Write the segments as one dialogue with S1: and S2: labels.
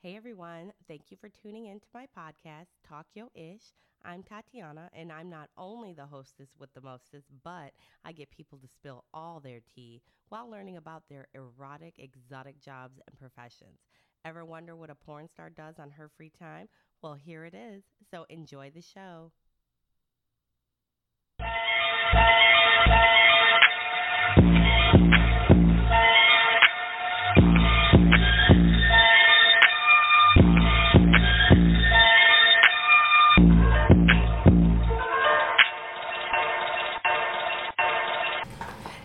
S1: Hey everyone, thank you for tuning in to my podcast, Talk Yo Ish. I'm Tatiana, and I'm not only the hostess with the mostest, but I get people to spill all their tea while learning about their erotic, exotic jobs and professions. Ever wonder what a porn star does on her free time? Well, here it is. So enjoy the show.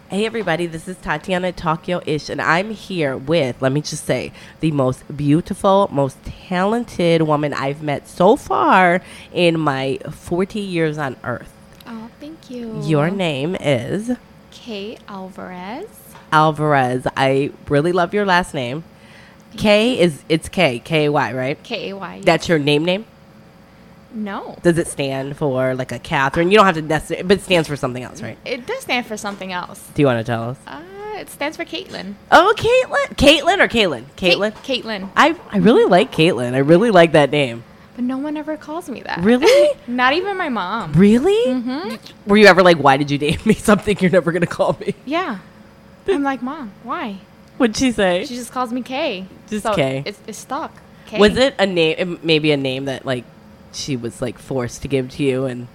S1: Hey everybody, this is Tatiana Tokyo Ish, and I'm here with, let me just say, the most beautiful, most talented woman I've met so far in my 40 years on earth.
S2: Oh, thank you.
S1: Your name is
S2: Kay Alvarez.
S1: Alvarez. I really love your last name. K is it's K K A Y right?
S2: K A Y.
S1: That's your name name.
S2: no.
S1: Does it stand for like a Catherine? You don't have to necessarily, but it stands for something else, right?
S2: It does stand for something else.
S1: Do you want to tell us?
S2: Uh, it stands for Caitlin.
S1: Oh, Caitlin, Caitlin or Caitlin, Caitlin.
S2: Ca- Caitlin.
S1: I I really like Caitlin. I really like that name.
S2: But no one ever calls me that.
S1: Really?
S2: Not even my mom.
S1: Really? Mm-hmm. Were you ever like, why did you name me something you're never gonna call me?
S2: Yeah. I'm like, mom, why?
S1: What'd she say?
S2: She just calls me Kay.
S1: Just
S2: so
S1: Kay.
S2: It's, it's stuck. Kay.
S1: Was it a name? Maybe a name that like she was like forced to give to you, and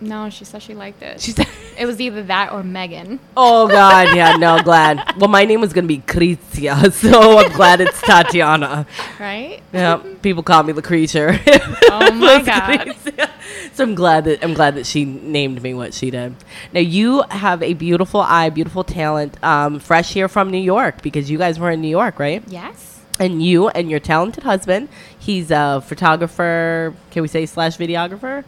S2: No, she said she liked it.
S1: she said.
S2: it was either that or Megan.
S1: Oh God, yeah, no, glad. Well, my name was gonna be Crizia, so I'm glad it's Tatiana.
S2: Right?
S1: Yeah, people call me the creature.
S2: Oh my God.
S1: so I'm glad that I'm glad that she named me what she did. Now you have a beautiful eye, beautiful talent, um, fresh here from New York because you guys were in New York, right?
S2: Yes.
S1: And you and your talented husband, he's a photographer. Can we say slash videographer?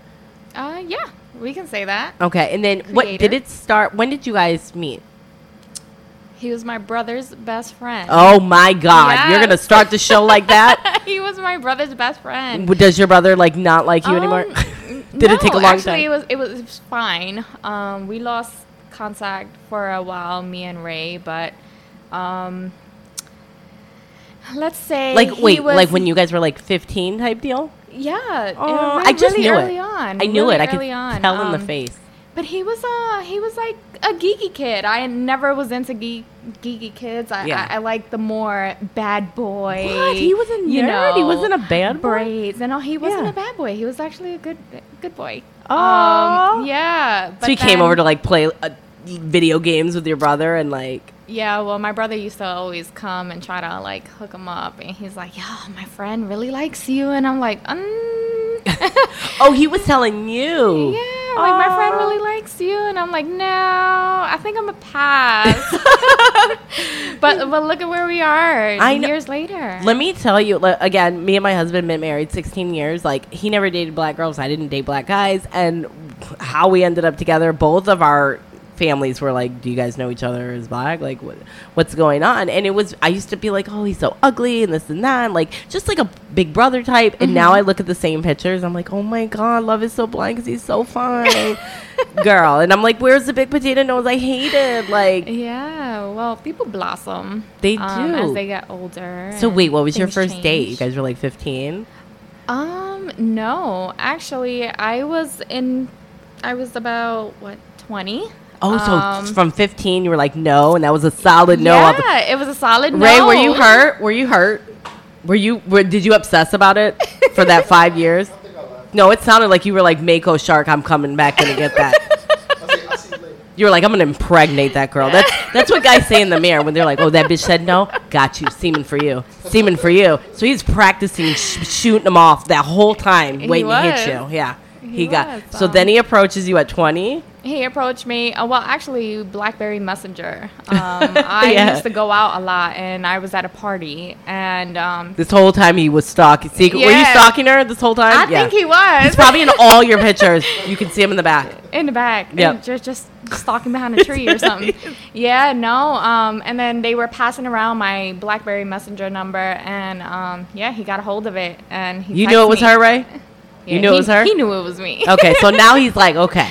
S2: Uh, yeah. We can say that.
S1: Okay, and then what did
S2: Creator.
S1: it start? When did you guys meet?
S2: He was my brother's best friend.
S1: Oh my God! You're
S2: Yes.
S1: gonna start the show like that?
S2: he was my brother's best friend.
S1: W- Does your brother like not like you
S2: Um,
S1: anymore?
S2: n-
S1: Did it take a
S2: no,
S1: long
S2: actually, It
S1: time?
S2: was it was fine. Um, we lost contact for a while, me and Ray, but um, let's say
S1: like
S2: he
S1: wait,
S2: was,
S1: like when you guys were like 15 type deal?
S2: yeah, it
S1: Oh,
S2: was
S1: I just
S2: really
S1: knew
S2: early
S1: it.
S2: on.
S1: I knew
S2: really
S1: it. I could
S2: early on.
S1: tell in the
S2: um,
S1: face.
S2: But he was uh he was like a geeky kid. I never was into geek, geeky kids. I,
S1: Yeah.
S2: I I liked the more bad boy.
S1: What? He was a
S2: you
S1: nerd? He
S2: know,
S1: wasn't a bad boy?
S2: Braids and all. He wasn't
S1: Yeah.
S2: a bad boy. He was actually a good good boy.
S1: Aw.
S2: Um, yeah.
S1: so you came over to like play uh, video games with your brother and like
S2: Yeah, well, my brother used to always come and try to like hook him up, and he's like, "Yo, my friend really likes you," and I'm like, "Um."
S1: Oh, he was telling you.
S2: Yeah, like my friend
S1: Aw.
S2: really likes you, and I'm like, no, I think I'm a pass. but but look at where we are
S1: I kn-
S2: years later.
S1: Let me tell you li- again, me and my husband been married 16 years. Like he never dated black girls, I didn't date black guys and how we ended up together, both of our families were like, "Do you guys know each other as black? Like what what's going on?" And it was I used to be like, "Oh, he's so ugly and this and that." and, like just like a big brother type. And now I
S2: Mm-hmm.
S1: look at the same picters, I'm like, "Oh my god, love is so blind cuz he's so fine." Girl, and I'm like, "Where's the big potato nose I hated?" Like
S2: yeah, well, people blossom.
S1: They
S2: um,
S1: do.
S2: as they get older.
S1: So
S2: and
S1: wait, what was your
S2: things
S1: first date? You
S2: change.
S1: guys were like 15?
S2: Um, no, actually, I was in, I was about what twenty.
S1: Oh, so
S2: Um,
S1: from 15, you were like, no, and that was a solid no.
S2: yeah,
S1: off the-
S2: it was a solid no.
S1: Ray, were you hurt? Were you hurt? Were you? Were, did you obsess about it for that five years? No, it sounded like you were like Mako Shark. I'm coming back gonna get that. you were like, I'm gonna impregnate that girl. That's that's what guys say in the mirror when they're like, Oh, that bitch said no. Got you, semen for you, semen for you. So he's practicing sh- shooting them off that whole time,
S2: He
S1: waiting to hit
S2: was.
S1: you. Yeah, he,
S2: He
S1: got.
S2: was,
S1: So
S2: um,
S1: then he approaches you at 20.
S2: He approached me. Uh, well, actually, BlackBerry Messenger. Um, I
S1: Yeah.
S2: used to go out a lot, and I was at a party, and um,
S1: This whole time he was stalking. Secret. Were you
S2: Yeah.
S1: stalking her this whole time?
S2: I think he was.
S1: He's probably in all your pictures. You can see him in the back.
S2: in the back and
S1: Yep.
S2: just just stalking behind a tree or something yeah no um and then they were passing around my blackberry messenger number and um yeah he got a hold of it and he
S1: You knew
S2: texted
S1: it was
S2: me.
S1: her, right?
S2: Yeah,
S1: knew it
S2: he-
S1: was her?
S2: he knew it was me
S1: Okay, so now he's like, okay.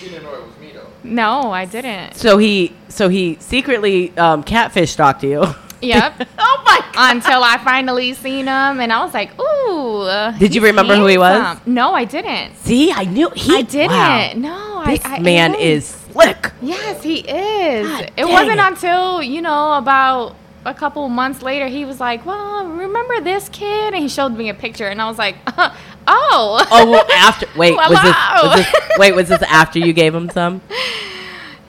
S3: She didn't know it was me though.
S2: no i didn't
S1: So he, so he secretly um, catfish stalked you.
S2: yep oh my until i finally seen him and i was like ooh uh,
S1: Did you
S2: he's
S1: remember who he was?
S2: handsome. no i didn't
S1: See, I knew he.
S2: i didn't
S1: Wow.
S2: no
S1: This
S2: I, I
S1: man
S2: it
S1: is slick.
S2: Yes, he is.
S1: God
S2: it
S1: dang
S2: wasn't
S1: it.
S2: until, you know, about a couple months later, he was like, Well, remember this kid? And he showed me a picture, and I was like, Oh.
S1: Oh, well, after wait, was this, was
S2: Wow.
S1: this wait was this after you gave him some?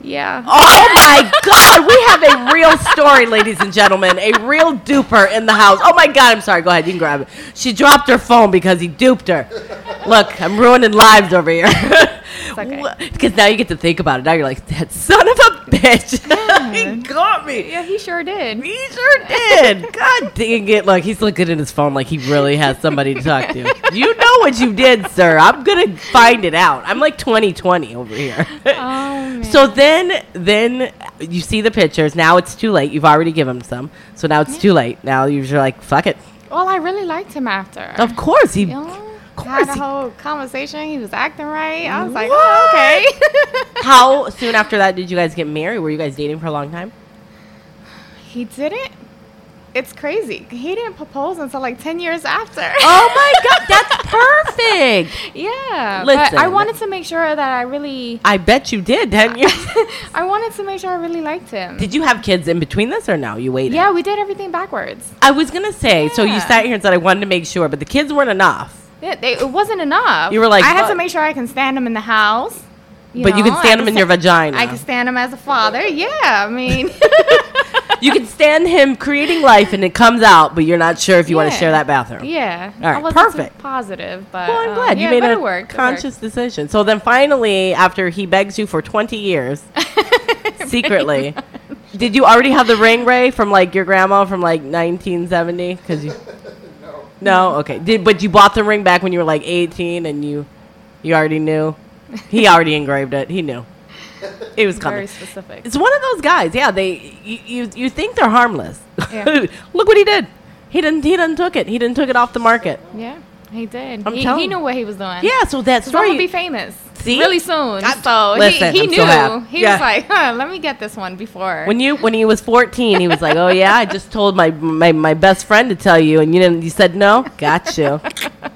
S2: yeah.
S1: Oh my God, we have a real story, ladies and gentlemen, a real duper in the house. Oh my God, I'm sorry. Go ahead, you can grab it. She dropped her phone because he duped her. Look, I'm ruining lives over here.
S2: okay.
S1: Because now you get to think about it. Now you're like, that son of a bitch. he got me.
S2: Yeah, he sure did.
S1: He sure did. God dang it. Look, he's looking at his phone like he really has somebody to talk to. You know what you did, sir. I'm going to find it out. I'm like 2020 over here.
S2: Um,
S1: So then, then you see the pictures. Now it's too late. You've already given him some, so now it's too late. Now you're just like, fuck it.
S2: well, I really liked him after.
S1: Of course he.
S2: You know,
S1: Of
S2: had
S1: course.
S2: a
S1: he-
S2: whole conversation. He was acting right. I was like, oh, okay.
S1: How soon after that did you guys get married? Were you guys dating for a long time?
S2: he didn't. It's crazy. He didn't propose until like 10 years after.
S1: Oh my god, that's perfect.
S2: Yeah. but I
S1: Listen.
S2: wanted to make sure that I really
S1: I bet you did, didn't you?
S2: I wanted to make sure I really liked him.
S1: did you have kids in between this or no? You waited.
S2: yeah, we did everything backwards.
S1: I was gonna say. So you
S2: Yeah.
S1: sat here and said I wanted to make sure, but the kids weren't enough.
S2: Yeah, they, it wasn't enough.
S1: You were like,
S2: I had to
S1: "Fuck."
S2: make sure I can stand him in the house.
S1: But you can
S2: know, I
S1: stand them in your vagina.
S2: I can stand him as a father. Yeah, I mean,
S1: you can stand him creating life, and it comes out, but you're not sure if you want to
S2: Yeah.
S1: share that bathroom.
S2: yeah.
S1: All right,
S2: I wasn't too
S1: perfect.
S2: Positive, but
S1: Well, I'm
S2: um,
S1: glad
S2: yeah,
S1: you made
S2: but
S1: a
S2: it worked, it worked.
S1: conscious decision. So then, finally, after he begs you for 20 years, secretly, did you already have the ring, Ray, from like your grandma from like 1970? Because you, no, okay. Did but you bought the ring back when you were like 18, and you, you already knew. He already engraved it. He knew. It was coming.
S2: Very specific.
S1: It's one of those guys. Yeah, they you you, you think they're harmless.
S2: Yeah.
S1: Look what he did. He didn't. He didn't took it. He didn't took it off the market.
S2: Yeah, he did.
S1: I'm
S2: he,
S1: telling
S2: he
S1: you.
S2: knew what he was doing.
S1: Yeah. So that
S2: So I'm
S1: story.
S2: gonna be famous
S1: See?
S2: really soon.
S1: I'm-
S2: so
S1: Listen,
S2: he, he
S1: I'm so
S2: knew.
S1: happy.
S2: he
S1: Yeah.
S2: was like, huh, let me get this one before.
S1: When you when he was fourteen, he was like, "Oh yeah, I just told my my, my best friend to tell you, and you didn't. You said no. Got you.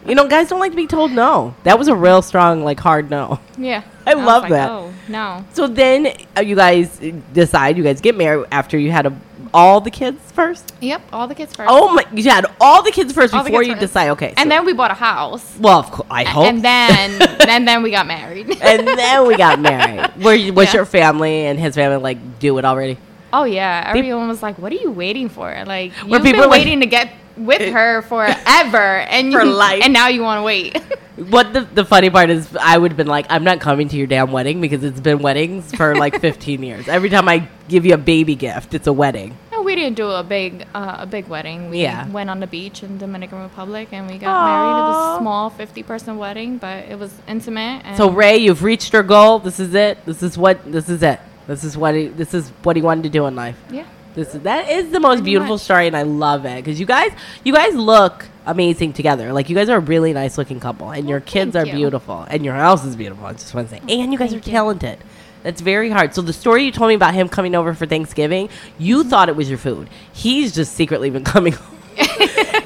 S1: you know, guys don't like to be told no. That was a real strong, like, hard no.
S2: yeah,
S1: I
S2: was
S1: love
S2: like,
S1: that.
S2: Oh no,
S1: So then uh, you guys decide you guys get married after you had a, all the kids first.
S2: yep, all the kids first.
S1: Oh my! You had all the kids first
S2: All the
S1: before
S2: kids
S1: you
S2: first.
S1: decide. Okay,
S2: And
S1: so-
S2: then we bought a house.
S1: well, of course, I hope.
S2: And then and then we got married.
S1: Oh. and then we got married. Were you, was
S2: Yeah.
S1: your family and his family like do it already?
S2: oh yeah, everyone was like, "What are you waiting for?" Like
S1: Were
S2: you've
S1: people like-
S2: been waiting to get with her forever, and
S1: For
S2: you,
S1: life.
S2: and now you want to wait.
S1: What the, the funny part is, I would have been like, I'm not coming to your damn wedding because it's been weddings for like 15 years. Every time I give you a baby gift, it's a wedding.
S2: No, we didn't do a big uh, a big wedding. We
S1: Yeah.
S2: went on the beach in Dominican Republic, and we got married
S1: Aw.
S2: at a small fifty person wedding, but it was intimate. And
S1: So Ray, you've reached your goal. This is it. This is what. This is it. This is what. He, this is what he wanted to do in life.
S2: yeah,
S1: This is, that is the most beautiful
S2: much.
S1: story, and I love it because you guys, you guys look amazing together. Like you guys are a really nice looking couple, and your kids are
S2: thank you.
S1: beautiful, and your house is beautiful. I just want to say, and you guys are talented. That's very hard. So the story you told me about him coming over for Thanksgiving, you
S2: Mm-hmm.
S1: thought it was your food. He's just secretly been coming. home.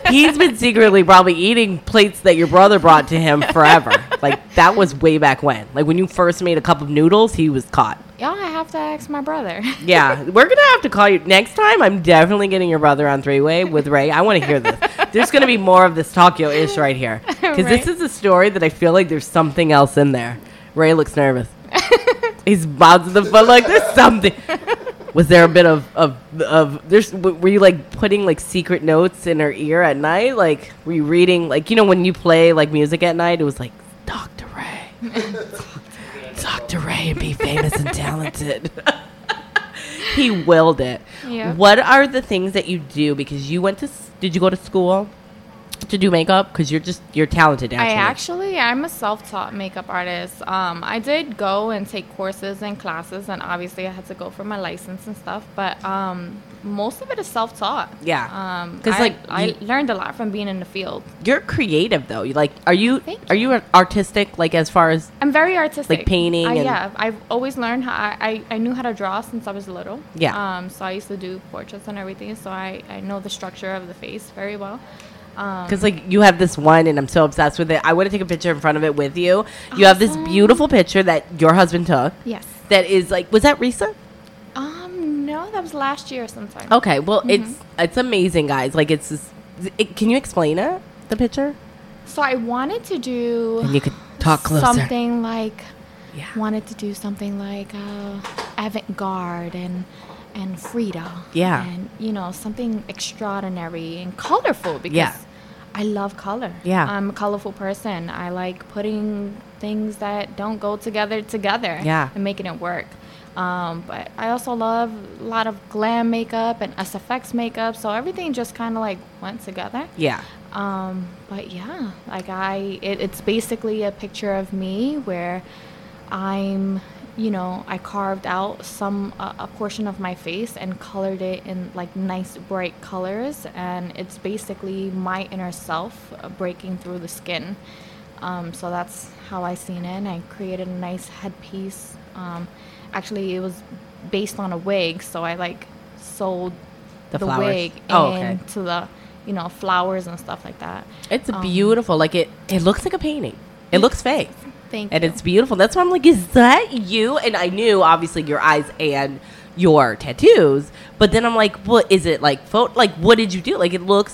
S1: He's been secretly probably eating plates that your brother brought to him forever. like that was way back when. Like when you first made a cup of noodles, he was caught.
S2: y'all I have to ask my brother.
S1: Yeah, we're gonna have to call you next time. I'm definitely getting your brother on three way with Ray. I want to hear this There's going to be more of this Tokyo ish right here. Because this
S2: Right.
S1: is a story that I feel like there's something else in there. Ray looks nervous. He's bouncing the foot like there's something. Was there a bit of, of, of, there's, w- were you like putting like secret notes in her ear at night? Like, were you reading, like, you know, when you play like music at night, it was like, Dr. Ray. Dr. Ray, be famous and talented. he willed it.
S2: Yeah.
S1: What are the things that you do? Because you went to, s- did you go to school to do makeup? Because you're just, you're talented
S2: I
S1: naturally.
S2: actually, I'm a self-taught makeup artist. Um, I did go and take courses and classes, and obviously I had to go for my license and stuff. But um, most of it is self-taught.
S1: Yeah.
S2: Um,
S1: 'Cause,
S2: I-
S1: like,
S2: I
S1: you-
S2: learned a lot from being in the field.
S1: You're creative though. You like, are you,
S2: Thank
S1: are you artistic? Like as far as,
S2: I'm very artistic.
S1: Like painting
S2: I,
S1: and-
S2: yeah, I've always learned how I, I, I knew how to draw since I was little.
S1: Yeah.
S2: Um, so I used to do portraits and everything, so I, I know the structure of the face very well. Um,
S1: Because like you have this one, and I'm so obsessed with it. I want to take a picture in front of it with you. You have this beautiful picture that your husband took.
S2: yes.
S1: That is like, was that recent?
S2: Um, no, that was last year sometime.
S1: Okay, well, it's it's amazing, guys. Like it's, this, it, can you explain it? The picture,
S2: So I wanted to do.
S1: and you could talk closer.
S2: Something like
S1: Yeah.
S2: wanted to do something like uh, avant-garde and and Frida.
S1: Yeah.
S2: And you know something extraordinary and colorful because
S1: Yeah.
S2: I love color.
S1: Yeah.
S2: I'm a colorful person. I like putting things that don't go together together.
S1: Yeah.
S2: And making it work. Um, but I also love a lot of glam makeup and SFX makeup, so everything just kind of like went together.
S1: Yeah,
S2: Um, but yeah, like I, it, it's basically a picture of me where I'm, you know, I carved out some a, a portion of my face and colored it in like nice bright colors, and it's basically my inner self uh, breaking through the skin. Um, so that's how I seen it. And I created a nice headpiece. Um, actually, it was based on a wig, so I like sold
S1: The
S2: the,
S1: flowers.
S2: wig
S1: Oh, okay.
S2: and to the you know flowers and stuff like that.
S1: it's beautiful. Like it, it looks like a painting. Um, It looks fake,
S2: Thank
S1: and
S2: you.
S1: it's beautiful. That's why I'm like, is that you? And I knew obviously your eyes and your tattoos, but then I'm like, what is it like? Photo? Like what did you do? Like it looks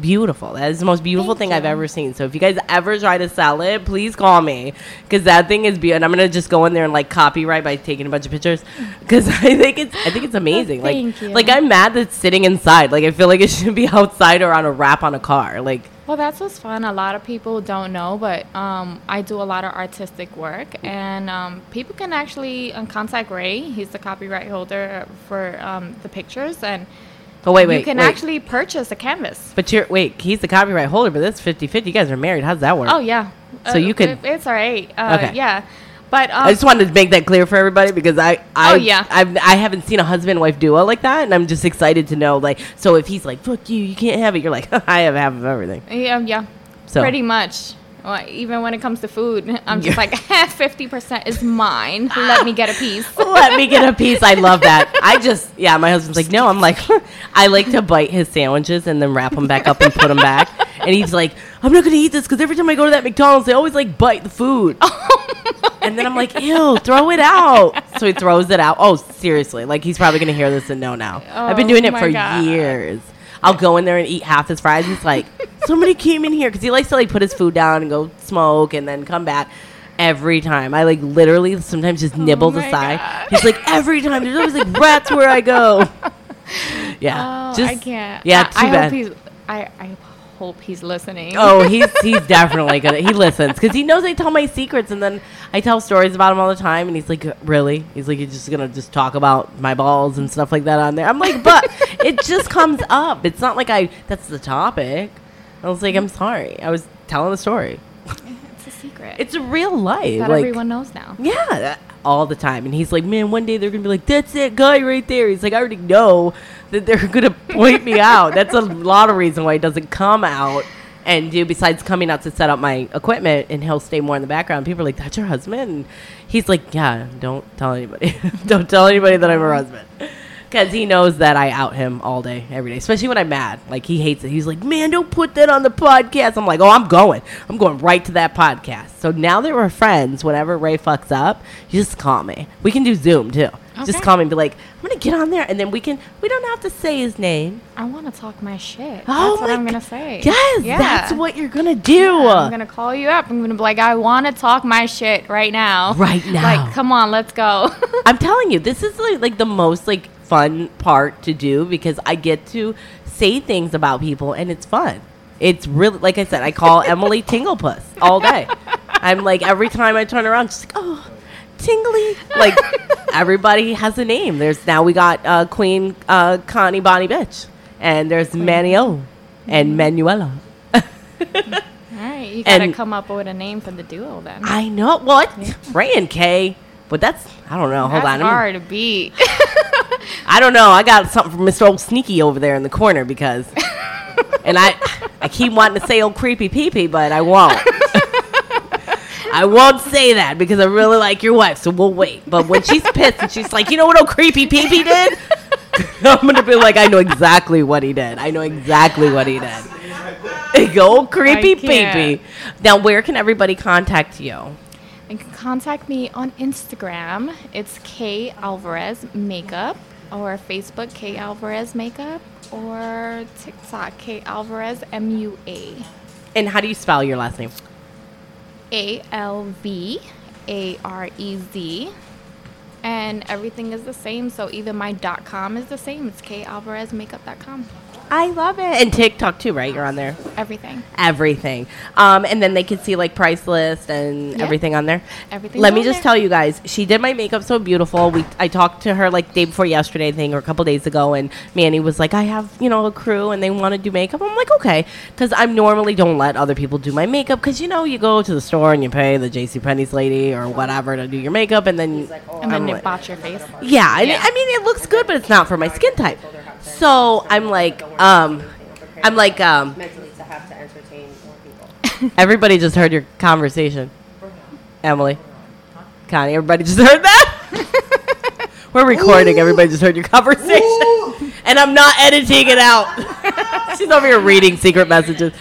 S1: beautiful. That is the most beautiful
S2: Thank
S1: thing I've
S2: you.
S1: ever seen. So if you guys ever try to sell it, please call me because that thing is beautiful. And I'm gonna just go in there and like copyright by taking a bunch of pictures because I think it's I think it's amazing. like
S2: thank you.
S1: like I'm mad that it's sitting inside. Like I feel like it should be outside or on a wrap on a car. Like
S2: Well, that's what's fun. A lot of people don't know, but um, I do a lot of artistic work,
S1: Mm.
S2: and um, people can actually um, contact Ray. He's the copyright holder for um, the pictures, and
S1: oh wait wait
S2: you can
S1: wait.
S2: actually purchase a canvas.
S1: But you're wait, he's the copyright holder, but that's 50-50. You guys are married. How's that work?
S2: Oh yeah.
S1: So you can-
S2: it- It's all right. Uh,
S1: Okay.
S2: Yeah, but um,
S1: I just wanted to make that clear for everybody because I, I,
S2: Oh, yeah.
S1: I've, I haven't seen a husband and wife duo like that, and I'm just excited to know. Like, so if he's like, "Fuck you, you can't have it," you're like, "I have half of everything."
S2: Yeah, um, yeah.
S1: So-
S2: Pretty much. Well, even when it comes to food, I'm just like, fifty percent is mine. Let me get a piece.
S1: Let me get a piece. I love that. I just, yeah, my husband's like, no. I'm like, I like to bite his sandwiches and then wrap them back up and put them back. And he's like, I'm not gonna eat this because every time I go to that McDonald's, they always like bite the food.
S2: Oh
S1: and then I'm like, ew, throw it out. So he throws it out. Oh, seriously, like he's probably gonna hear this and know now. I've been
S2: Oh,
S1: doing it
S2: my
S1: for
S2: God.
S1: years. I'll go in there and eat half his fries. He's like, somebody came in here because he likes to like put his food down and go smoke and then come back. Every time, I like literally sometimes just nibble the
S2: Oh my
S1: side.
S2: God.
S1: He's like every time. There's always like rats where I go. Yeah,
S2: Oh,
S1: just
S2: I can't.
S1: Yeah,
S2: I,
S1: too
S2: I
S1: bad.
S2: Hope he's, I, I hope he's listening.
S1: Oh, he's he's definitely gonna. He listens because he knows I tell my secrets, and then I tell stories about him all the time. And he's like, "Really?" He's like, "You're just gonna just talk about my balls and stuff like that on there." I'm like, "But it just comes up. It's not like I. That's the topic." I was like, "I'm sorry. I was telling a story.
S2: it's a secret.
S1: It's real life.
S2: that
S1: like,
S2: everyone knows now.
S1: yeah, that- all the time. And he's like, "Man, one day they're gonna be like, that's that guy right there." He's like, "I already know that they're gonna point me out." That's a lot of reason why he doesn't come out and do besides coming out to set up my equipment and he'll stay more in the background. People are like, "That's your husband?" And he's like, "Yeah, don't tell anybody. don't tell anybody that I'm her husband." Because he knows that I out him all day, every day, especially when I'm mad. Like, he hates it. He's like, man, don't put that on the podcast. I'm like, oh, I'm going. I'm going right to that podcast. So now that we're friends, whenever Ray fucks up, you just call me. We can do Zoom, too.
S2: Okay.
S1: Just call me and be like, I'm gonna get on there, and then we can. We don't have to say his name.
S2: I want to talk my shit.
S1: Oh
S2: that's what
S1: my
S2: I'm gonna
S1: g-
S2: say.
S1: Yes,
S2: Yeah.
S1: that's what you're gonna do.
S2: I'm gonna call you up. I'm gonna be like, I want to talk my shit right now.
S1: Right now.
S2: Like, come on, let's go.
S1: I'm telling you, this is like, like the most like fun part to do because I get to say things about people and it's fun. It's really like I said, I call Emily Tinglepuss all day. I'm like every time I turn around, she's like, oh, tingly. Like everybody has a name. There's now we got uh, Queen uh, Connie Bonnie Bitch, and there's Manio and Manuela.
S2: All right, you gotta
S1: And-
S2: come up with a name for the duo then.
S1: I know what Fran K, but that's I don't know. Hold
S2: that's
S1: on, I'm-
S2: hard to beat.
S1: I don't know. I got something from Mr. Old Sneaky over there in the corner because, and I, I keep wanting to say old creepy pee pee, but I won't. I won't say that because I really like your wife, so we'll wait. But when she's pissed and she's like, you know what old creepy pee pee did? I'm gonna be like, I know exactly what he did. I know exactly what he did. old creepy pee
S2: can't.
S1: pee. Now, where can everybody contact you?
S2: You can contact me on Instagram. It's K Alvarez Makeup or Facebook K Alvarez Makeup or TikTok K Alvarez M U A
S1: And how do you spell your last name?
S2: A L V A R E Z. And everything is the same. So even my dot .com is the same. It's K Alvarez Makeup.com.
S1: I love it. And TikTok too, right? You're on there.
S2: Everything.
S1: everything. Um, and then they can see like price list and
S2: Yeah.
S1: everything on there.
S2: Everything's
S1: Let me
S2: on
S1: just
S2: there.
S1: tell you guys, she did my makeup so beautiful. We I talked to her like day before yesterday, I think, or a couple days ago, and Manny was like, I have you know a crew and they want to do makeup. I'm like, okay, because I normally don't let other people do my makeup because you know you go to the store and you pay the J C Penney's lady or whatever to do your makeup, and then
S2: And then
S1: I'm
S2: they
S1: like-
S2: botch your face.
S1: yeah, I mean- I mean it looks good, but it's not for my skin type. So I'm like, um, I'm like, um,
S4: mentally to have to entertain more people.
S1: Everybody just heard your conversation. Emily. Connie, everybody just heard that? We're recording. Everybody just heard your conversation. And I'm not editing it out. She's over here reading secret messages.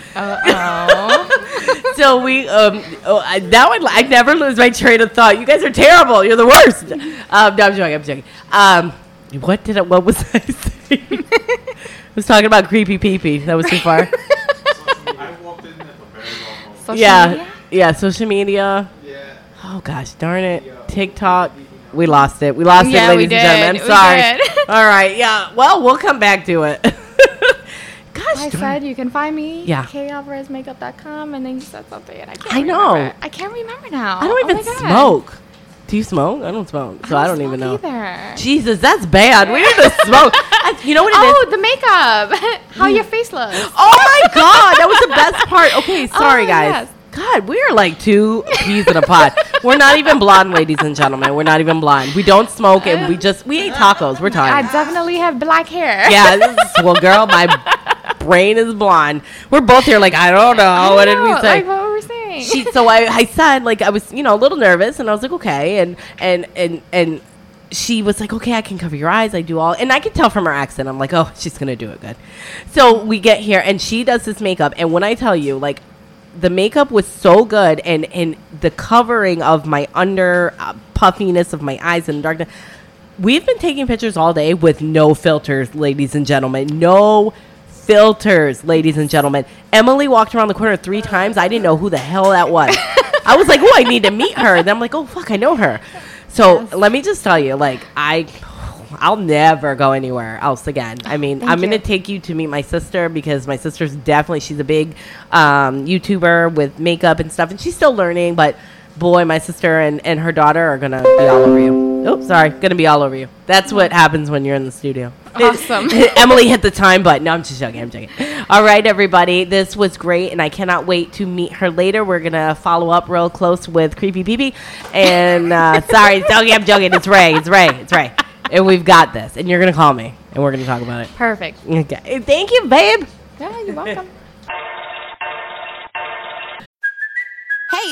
S1: So we, um, oh, I, now I, I never lose my train of thought. You guys are terrible. You're the worst. Um, no, I'm joking. I'm joking. Um, what did I, what was I saying? I was talking about creepy pee That was too far.
S3: I walked in at the very wrong moment.
S2: Social
S1: yeah.
S2: media?
S1: Yeah. Social media.
S3: Yeah.
S1: Oh gosh, darn it! TikTok, we lost it. We lost
S2: Yeah,
S1: it,
S2: we
S1: ladies and gentlemen.
S2: did.
S1: I'm
S2: We
S1: sorry.
S2: did.
S1: All right, yeah. Well, we'll come back to it. gosh,
S2: I
S1: darn
S2: said you can find me
S1: Yeah.
S2: kalvarezmakeup.com and then you said something and I can't
S1: I know.
S2: remember. I can't remember now.
S1: I don't
S2: Oh
S1: even
S2: my God.
S1: smoke. Do you smoke? I don't smoke, so I don't,
S2: smoke
S1: even know.
S2: Either.
S1: Jesus, that's bad. We need to smoke. I- you know what it is?
S2: Oh, the makeup. How your face looks.
S1: Oh my god, that was the best part. Okay, sorry
S2: Oh,
S1: guys.
S2: yes.
S1: God, we are like two peas in a pod. We're not even blonde, ladies and gentlemen. We're not even blonde. We don't smoke, and we just we ate tacos. We're tired.
S2: I definitely have black hair.
S1: yeah, this is- well, girl, my brain is blonde. We're both here, like, I don't know. what did we
S2: No,
S1: say?
S2: Like what were we saying?
S1: she, so I, I said, like, I was, you know, a little nervous, and I was like, okay, and and and and she was like, okay, I can cover your eyes. I do all, and I could tell from her accent. I'm like, oh, she's gonna do it good. So we get here, and she does this makeup, and when I tell you, like. The makeup was so good, and, and the covering of my under uh, puffiness of my eyes and darkness. We've been taking pictures all day with no filters, ladies and gentlemen. No filters, ladies and gentlemen. Emily walked around the corner three times. I didn't know who the hell that was. I was like, oh, I need to meet her. And I'm like, oh, fuck, I know her. So let me just tell you, like, I. I'll never go anywhere else again. I mean, I'm
S2: you.
S1: going to take you to meet my sister because my sister's definitely, she's a big um, YouTuber with makeup and stuff, and she's still learning. But boy, my sister and, and her daughter are going to be all over you. Oh, sorry. Going to be all over you. That's what happens when you're in the studio.
S2: Awesome.
S1: Emily hit the time button. No, I'm just joking. I'm joking. All right, everybody. This was great, and I cannot wait to meet her later. We're going to follow up real close with Creepy BB. And uh, sorry, joking. I'm joking. It's Ray. It's Ray. It's Ray. And we've got this. And you're going to call me, and we're going to talk about it.
S2: Perfect.
S1: Okay. Thank you, babe.
S2: Yeah, you're welcome.
S4: Hey,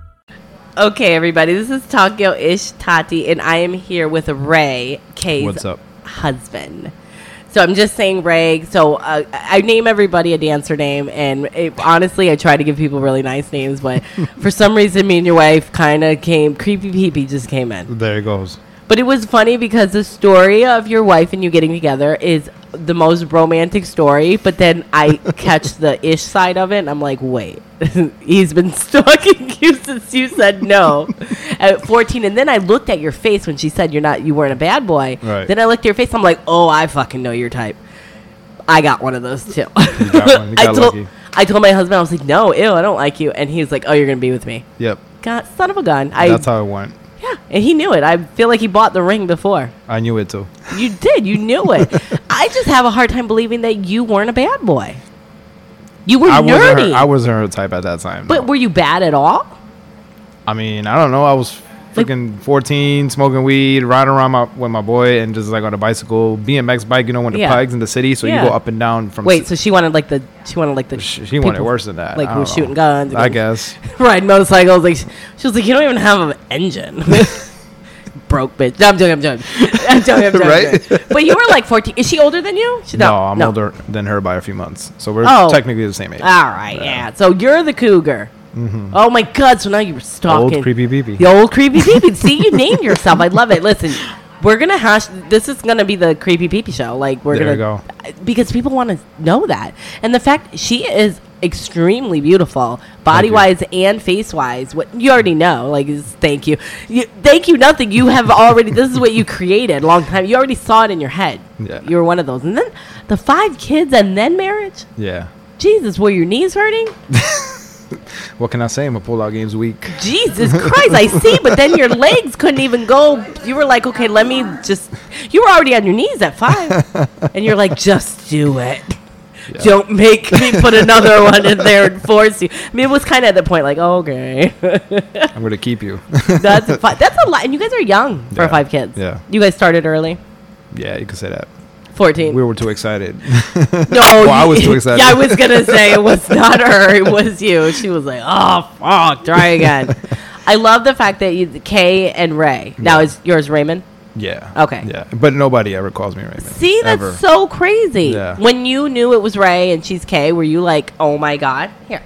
S1: Okay, everybody, this is Takio Ish Tati, and I am here with Ray, Kay's
S5: What's up?
S1: husband. So I'm just saying Ray. So uh, I name everybody a dancer name, and it, honestly, I try to give people really nice names, but for some reason, me and your wife kind of came creepy peepee just came in.
S5: There it goes.
S1: But it was funny because the story of your wife and you getting together is the most romantic story. But then I catch the ish side of it, and I'm like, wait, he's been stalking you since you said no at 14. And then I looked at your face when she said you're not, you weren't a bad boy.
S5: Right.
S1: Then I looked at your face. I'm like, oh, I fucking know your type. I got one of those too.
S5: got one. You
S1: I
S5: got
S1: told
S5: lucky.
S1: I told my husband I was like, no, ew, I don't like you. And he was like, oh, you're gonna be with me.
S5: Yep.
S1: God, son of a gun. I
S5: That's how it went.
S1: yeah, and he knew it. I feel like he bought the ring before.
S5: I knew it too.
S1: You did. You knew it. I just have a hard time believing that you weren't a bad boy. You were
S5: I wasn't
S1: nerdy.
S5: her, I wasn't her type at that time.
S1: but
S5: no.
S1: were you bad at all?
S5: I mean, I don't know. I was freaking 14, smoking weed, riding around my, with my boy, and just like on a bicycle, BMX bike. You know, when the
S1: Yeah.
S5: pikes in the city, so
S1: Yeah.
S5: you go up and down from.
S1: Wait,
S5: ci-
S1: so she wanted like the she wanted like the
S5: Sh- she wanted
S1: people
S5: worse than that.
S1: Like
S5: I
S1: who
S5: don't
S1: was
S5: know.
S1: shooting guns.
S5: I
S1: and
S5: guess.
S1: ride motorcycles. Like she, she was like, you don't even have an engine. Broke bitch. No, I'm joking. I'm joking. I'm joking. I'm joking.
S5: Right?
S1: But you were like 14. Is she older than you? She's
S5: No,
S1: not-
S5: I'm older than her by a few months, so we're
S1: Oh.
S5: technically the same age.
S1: All right, yeah. So you're the cougar. Oh my god! So now you were stalking
S5: Mm-hmm. creepy peepee.
S1: The old creepy peepee. See, you named yourself. I love it. Listen, we're gonna hash. This is gonna be the creepy peepee show. Like we're
S5: There you
S1: gonna because people want to know that, and the fact she is extremely beautiful, body
S5: you.
S1: wise and face wise. What you already know. Like is thank you. you, thank you. Nothing. You have already. this is what you created a long time. You already saw it in your head.
S5: Yeah.
S1: You were one of those, and then the five kids, and then marriage.
S5: Yeah.
S1: Jesus, were your knees hurting?
S5: What can I say? I'm a pullout games week.
S1: Jesus Christ, I see, but then your legs couldn't even go. You were like, okay, let me just. You were already on your knees at five. And you're like, just do it. Don't make me put another one in there and force you. I mean, it was kind of at the point, like, okay,
S5: I'm gonna keep you.
S1: that's a fi- that's a lot. And you guys are young for
S5: Yeah,
S1: five kids.
S5: yeah.
S1: you guys started early,
S5: yeah, you can say that.
S1: fourteen.
S5: We were too excited.
S1: no,
S5: I
S1: you-
S5: was too excited.
S1: Yeah, I was gonna say it was not her; it was you. She was like, "Oh fuck, try again." I love the fact that you, Kay and Ray. Now is yours Raymond.
S5: yeah.
S1: Okay.
S5: Yeah, but nobody ever calls me Raymond.
S1: See, that's
S5: Ever.
S1: so crazy.
S5: Yeah.
S1: When you knew it was Ray and she's Kay, were you like, "Oh my god"? Here.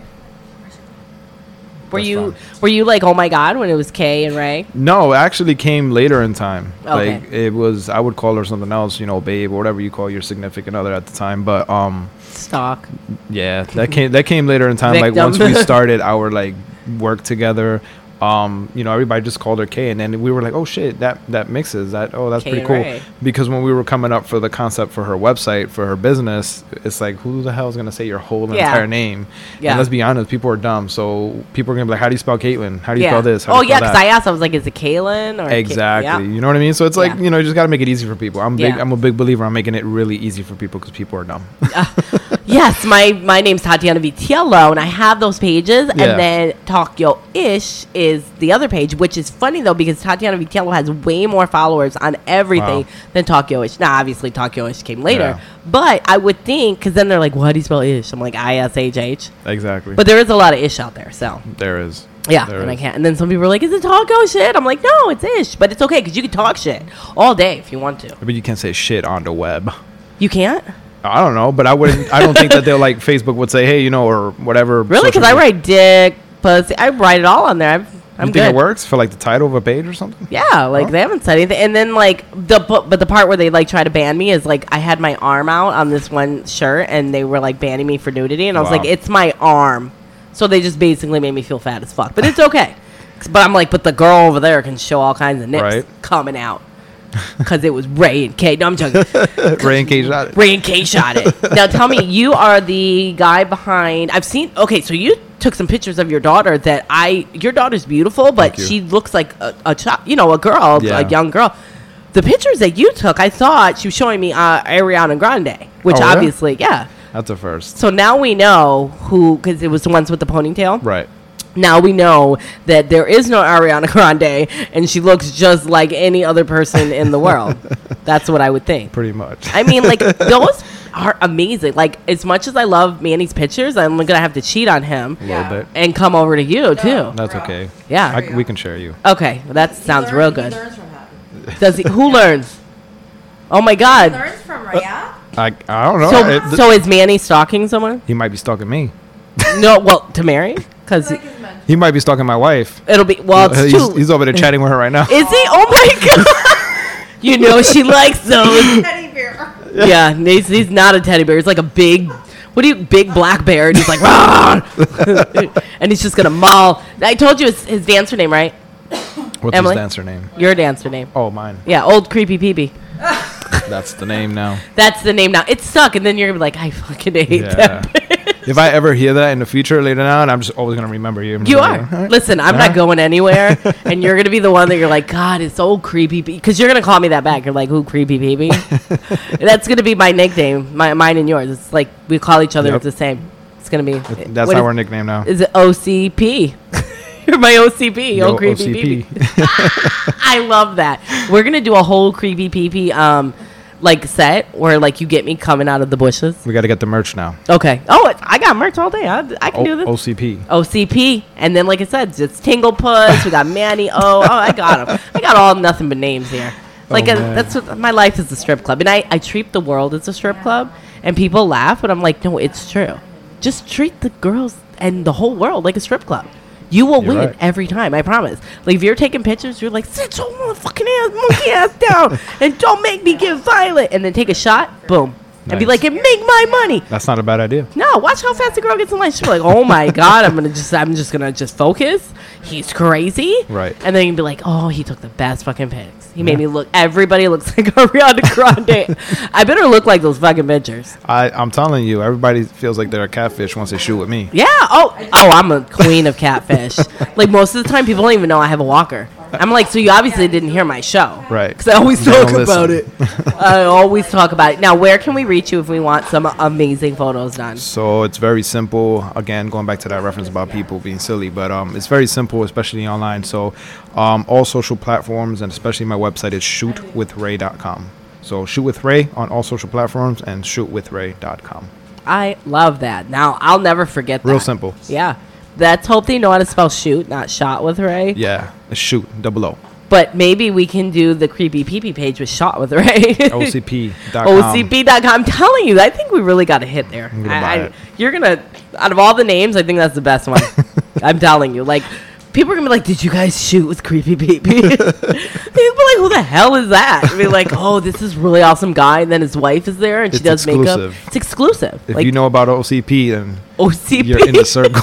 S1: Were
S5: That's
S1: you
S5: fine.
S1: were you like, "Oh my god" when it was Kay and Ray?
S5: No, it actually came later in time.
S1: Okay.
S5: Like it was, I would call her something else, you know, babe or whatever you call your significant other at the time. But um,
S1: Stalk.
S5: yeah, that came that came later in time. Like
S1: Victim.
S5: once we started our like work together, um, you know, everybody just called her K, and then we were like, oh shit, that that mixes that. Oh, that's
S1: K
S5: pretty cool.
S1: Ray.
S5: Because when we were coming up for the concept for her website for her business, it's like who the hell is gonna say your whole
S1: Yeah.
S5: entire name?
S1: Yeah.
S5: And let's be honest, people are dumb. So people are gonna be like, how do you spell Caitlin? How do you spell this? How do
S1: Oh
S5: you spell
S1: yeah, because
S5: that?
S1: I asked. I was like, "Is it Kaylin or Kay-
S5: Exactly.
S1: yeah.
S5: You know what I mean? So it's like
S1: Yeah.
S5: you know, you just gotta make it easy for people. I'm big.
S1: Yeah.
S5: I'm a big believer. I'm making it really easy for people because people are dumb.
S1: yes, my my name's Tatiana Vitiello, and I have those pages.
S5: Yeah.
S1: And then Tokyo Ish is the other page, which is funny though because Tatiana Vitiello has way more followers on everything
S5: Wow.
S1: than Tokyo Ish. Now, obviously, Tokyo Ish came later,
S5: Yeah.
S1: but I would think because then they're like, "Well, how do you spell Ish?" I'm like, "I S H H."
S5: exactly.
S1: But there is a lot of Ish out there, so
S5: there is.
S1: yeah,
S5: Mm, There
S1: and I
S5: is.
S1: can't. And then some people are like, "Is it Tokyo shit?" I'm like, "No, it's Ish," but it's okay because you can talk shit all day if you want to.
S5: But you can't say shit on the web.
S1: You can't.
S5: I don't know, but I wouldn't. I don't think that they'll like Facebook would say, hey, you know, or whatever.
S1: Really?
S5: social
S1: Because I
S5: media-
S1: write dick, pussy. I write it all on there. I'm, I'm
S5: You
S1: good.
S5: think it works for like the title of a page or something?
S1: Yeah, like
S5: Huh?
S1: they haven't said anything. And then like the bu- but the part where they like try to ban me is like I had my arm out on this one shirt and they were like banning me for nudity and I was
S5: Wow.
S1: like it's my arm. So they just basically made me feel fat as fuck. But it's okay. 'Cause- But I'm like but the girl over there can show all kinds of nips
S5: Right.
S1: coming out. Cuz it was Ray and Kay. No, I'm joking.
S5: Ray and Kay shot it.
S1: Ray and Kay shot it. now tell me, you are the guy behind. I've seen. Okay, so you took some pictures of your daughter that I. Your daughter's beautiful, but
S5: Thank you.
S1: she looks like a, a child. You know, a girl,
S5: Yeah.
S1: a young girl. The pictures that you took, I thought she was showing me uh, Ariana Grande, which
S5: Oh, really?
S1: obviously, yeah.
S5: That's a first.
S1: So now we know who, because it was the ones with the ponytail.
S5: Right.
S1: Now we know that there is no Ariana Grande, and she looks just like any other person in the world. That's what I would think.
S5: pretty much.
S1: I mean, like those are amazing. Like as much as I love Manny's pictures, I'm gonna have to cheat on him
S5: a little bit.
S1: and come over to you too.
S5: That's okay.
S1: Yeah.
S5: I c- we can share you.
S1: Okay, well, that sounds
S6: learn-
S1: real
S6: He
S1: good.
S6: learns from him.
S1: Does he? Who learns? Oh my
S6: He
S1: God!
S6: learns from Raya.
S5: I, I don't know.
S1: So,
S5: It- th-
S1: so is Manny stalking someone?
S5: he might be stalking me.
S1: No, well, to marry because
S6: Like his mentor.
S5: He might be stalking my wife.
S1: it'll be well. It's
S5: he's,
S1: too.
S5: he's over there chatting with her right now.
S1: Is he? Oh my God! you know she likes those.
S6: Teddy bear.
S1: yeah, he's, he's not a teddy bear. He's like a big, what do you, big black bear? And he's like, "Rawr!" and he's just gonna maul. I told you his, his dancer name, right?
S5: What's
S1: Emily?
S5: his dancer name?
S1: Your dancer name.
S5: Oh, mine.
S1: Yeah, old creepy peepee.
S5: That's the name now.
S1: That's the name now. It stuck, and then you're gonna be like, I fucking hate
S5: Yeah.
S1: that.
S5: If I ever hear that in the future later on, I'm just always gonna remember you. I'm
S1: You
S5: just
S1: are.
S5: like, "Huh?"
S1: Listen, I'm not going anywhere, and you're gonna be the one that you're like, God, it's old creepy because you're gonna call me that back. You're like, who creepy baby? That's gonna be my nickname, my mine and yours. It's like we call each other
S5: Yep.
S1: it's the same. It's gonna be. eh,
S5: That's
S1: what
S5: our
S1: is-
S5: nickname now.
S1: is it OCP? You're my OCP,
S5: Yo,
S1: old oh, creepy
S5: OCP.
S1: peepee. I love that. We're gonna do a whole creepy peepee um like set where like you get me coming out of the bushes.
S5: we got to get the merch now.
S1: Okay. Oh, it- I got merch all day. I, I can
S5: O-
S1: do this.
S5: OCP.
S1: OCP, and then like I said, it's Tingle Puss. We got Manny. Oh, oh, I got him. I got all nothing but names here. Like
S5: Oh,
S1: uh,
S5: man.
S1: that's what my life is a strip club, and I I treat the world as a strip club, and people laugh, but I'm like, no, it's true. Just treat the girls and the whole world like a strip club. You will
S5: You're
S1: win
S5: right.
S1: every time, I promise. Like if you're taking pictures, you're like, sit your motherfucking ass, monkey ass down, and don't make me get violent, and then take a shot, boom, and be like,
S5: Nice.
S1: and make my money.
S5: That's not a bad idea.
S1: No, watch how fast the girl gets in line. She'll be like, "Oh my god, I'm gonna just, I'm just gonna just focus." He's crazy,
S5: Right.
S1: And then you'd be like, "Oh, he took the best fucking pics. He made me look. Everybody looks like Ariana Grande. I better look like those fucking bitches."
S5: I, I'm telling you, everybody feels like they're a catfish once they shoot with me.
S1: Yeah. Oh, oh, I'm a queen of catfish. like most of the time, people don't even know I have a walker. I'm like, so you obviously didn't hear my show,
S5: Right.
S1: Because I always
S5: They don't
S1: talk about it.
S5: listen.
S1: I always talk about it. Now, where can we reach you if we want some amazing photos done?
S5: So it's very simple. Again, going back to that reference about people being silly, but um, it's very simple, especially online. So um, all social platforms and especially my website is shootwithray.com. So shoot with Ray on all social platforms and shootwithray.com.
S1: I love that. Now I'll never forget that.
S5: Real simple.
S1: Yeah. Let's hope they know how to spell shoot, not shot with Ray.
S5: Yeah, it's shoot double O
S1: But maybe we can do the creepy peepee page with shot with Ray.
S5: OCP.com.
S1: OCP.com. I'm telling you, I think we really got a hit there.
S5: gonna
S1: I-
S5: buy
S1: I-
S5: it.
S1: You're going to, out of all the names, I think that's the best one. I'm telling you. Like, people are going to be like, did you guys shoot with creepy peepee? people be like, who the hell is that? I mean, like, oh, this is really awesome guy. And then his wife is there and she
S5: It's
S1: does
S5: exclusive.
S1: makeup. It's exclusive.
S5: If
S1: like,
S5: you know about OCP, then
S1: OCP.
S5: You're in the circle.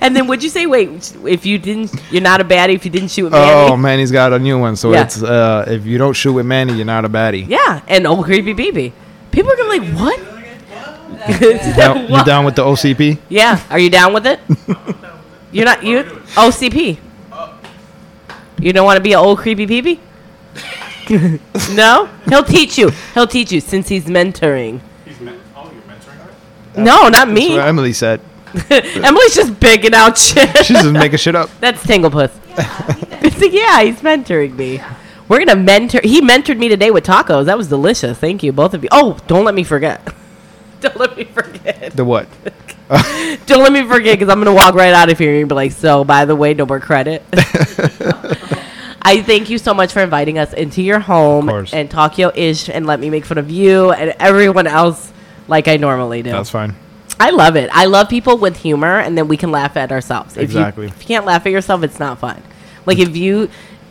S1: and then would you say? Wait, if you didn't, you're not a baddie. If you didn't shoot Manny,
S5: oh man, he's got a new one. So
S1: Yeah.
S5: it's uh, if you don't shoot with Manny, you're not a baddie.
S1: yeah, and old creepy baby. People are gonna be like, what?
S5: Down- you
S1: What?
S5: down with the OCP?
S1: Yeah, are you down with it? you're not you OCP. You don't want to be an old creepy baby. no, he'll teach you. He'll teach you since he's mentoring.
S3: He's men- oh, you're mentoring her?
S1: No, not me.
S5: That's what Emily said.
S1: Emily's just picking out shit.
S5: She's just making shit up.
S1: That's Tinglepuss. It's like, yeah, he's mentoring me. We're gonna mentor. He mentored me today with tacos. That was delicious. Thank you, both of you. Oh, don't let me forget. don't let me forget.
S5: The what?
S1: Don't let me forget because I'm gonna walk right out of here and be like, so by the way, no more credit. I thank you so much for inviting us into your home
S5: course.
S1: and talk yo ish and let me make fun of you and everyone else like I normally do.
S5: That's fine.
S1: I love it. I love people with humor, and then we can laugh at ourselves. If
S5: Exactly.
S1: You, if you can't laugh at yourself, it's not fun. Like if you,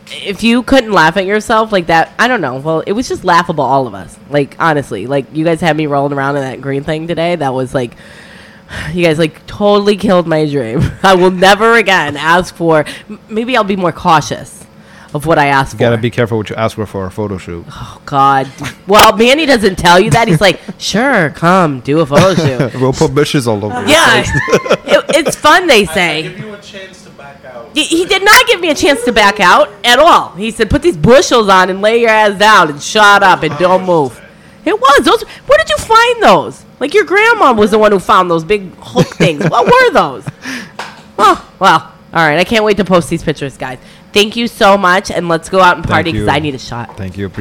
S1: if you couldn't laugh at yourself like that, I don't know. Well, it was just laughable, all of us. Like honestly, like you guys had me rolling around in that green thing today. That was like, you guys like totally killed my dream. I will never again ask for. m- Maybe I'll be more cautious of what I ask
S5: You
S1: for.
S5: gotta be careful what you ask for for a photo shoot.
S1: Oh. God. Well, Manny doesn't tell you that. He's like, sure, come do a photo shoot.
S5: we'll put bushes all over.
S1: Oh.
S5: it.
S1: Yeah, it, it's fun. They
S3: I
S1: say
S3: give you a chance to back out.
S1: he, he did not give me a chance to back out at all. He said, "Put these bushels on and lay your ass down and shut up and don't move." It was those. Where did you find those? Like your grandma was the one who found those big hook things. what were those? Well, well, All right, I can't wait to post these pictures, guys. Thank you so much, and let's go out and party because
S5: you.
S1: I need a shot.
S5: Thank you. Appreciate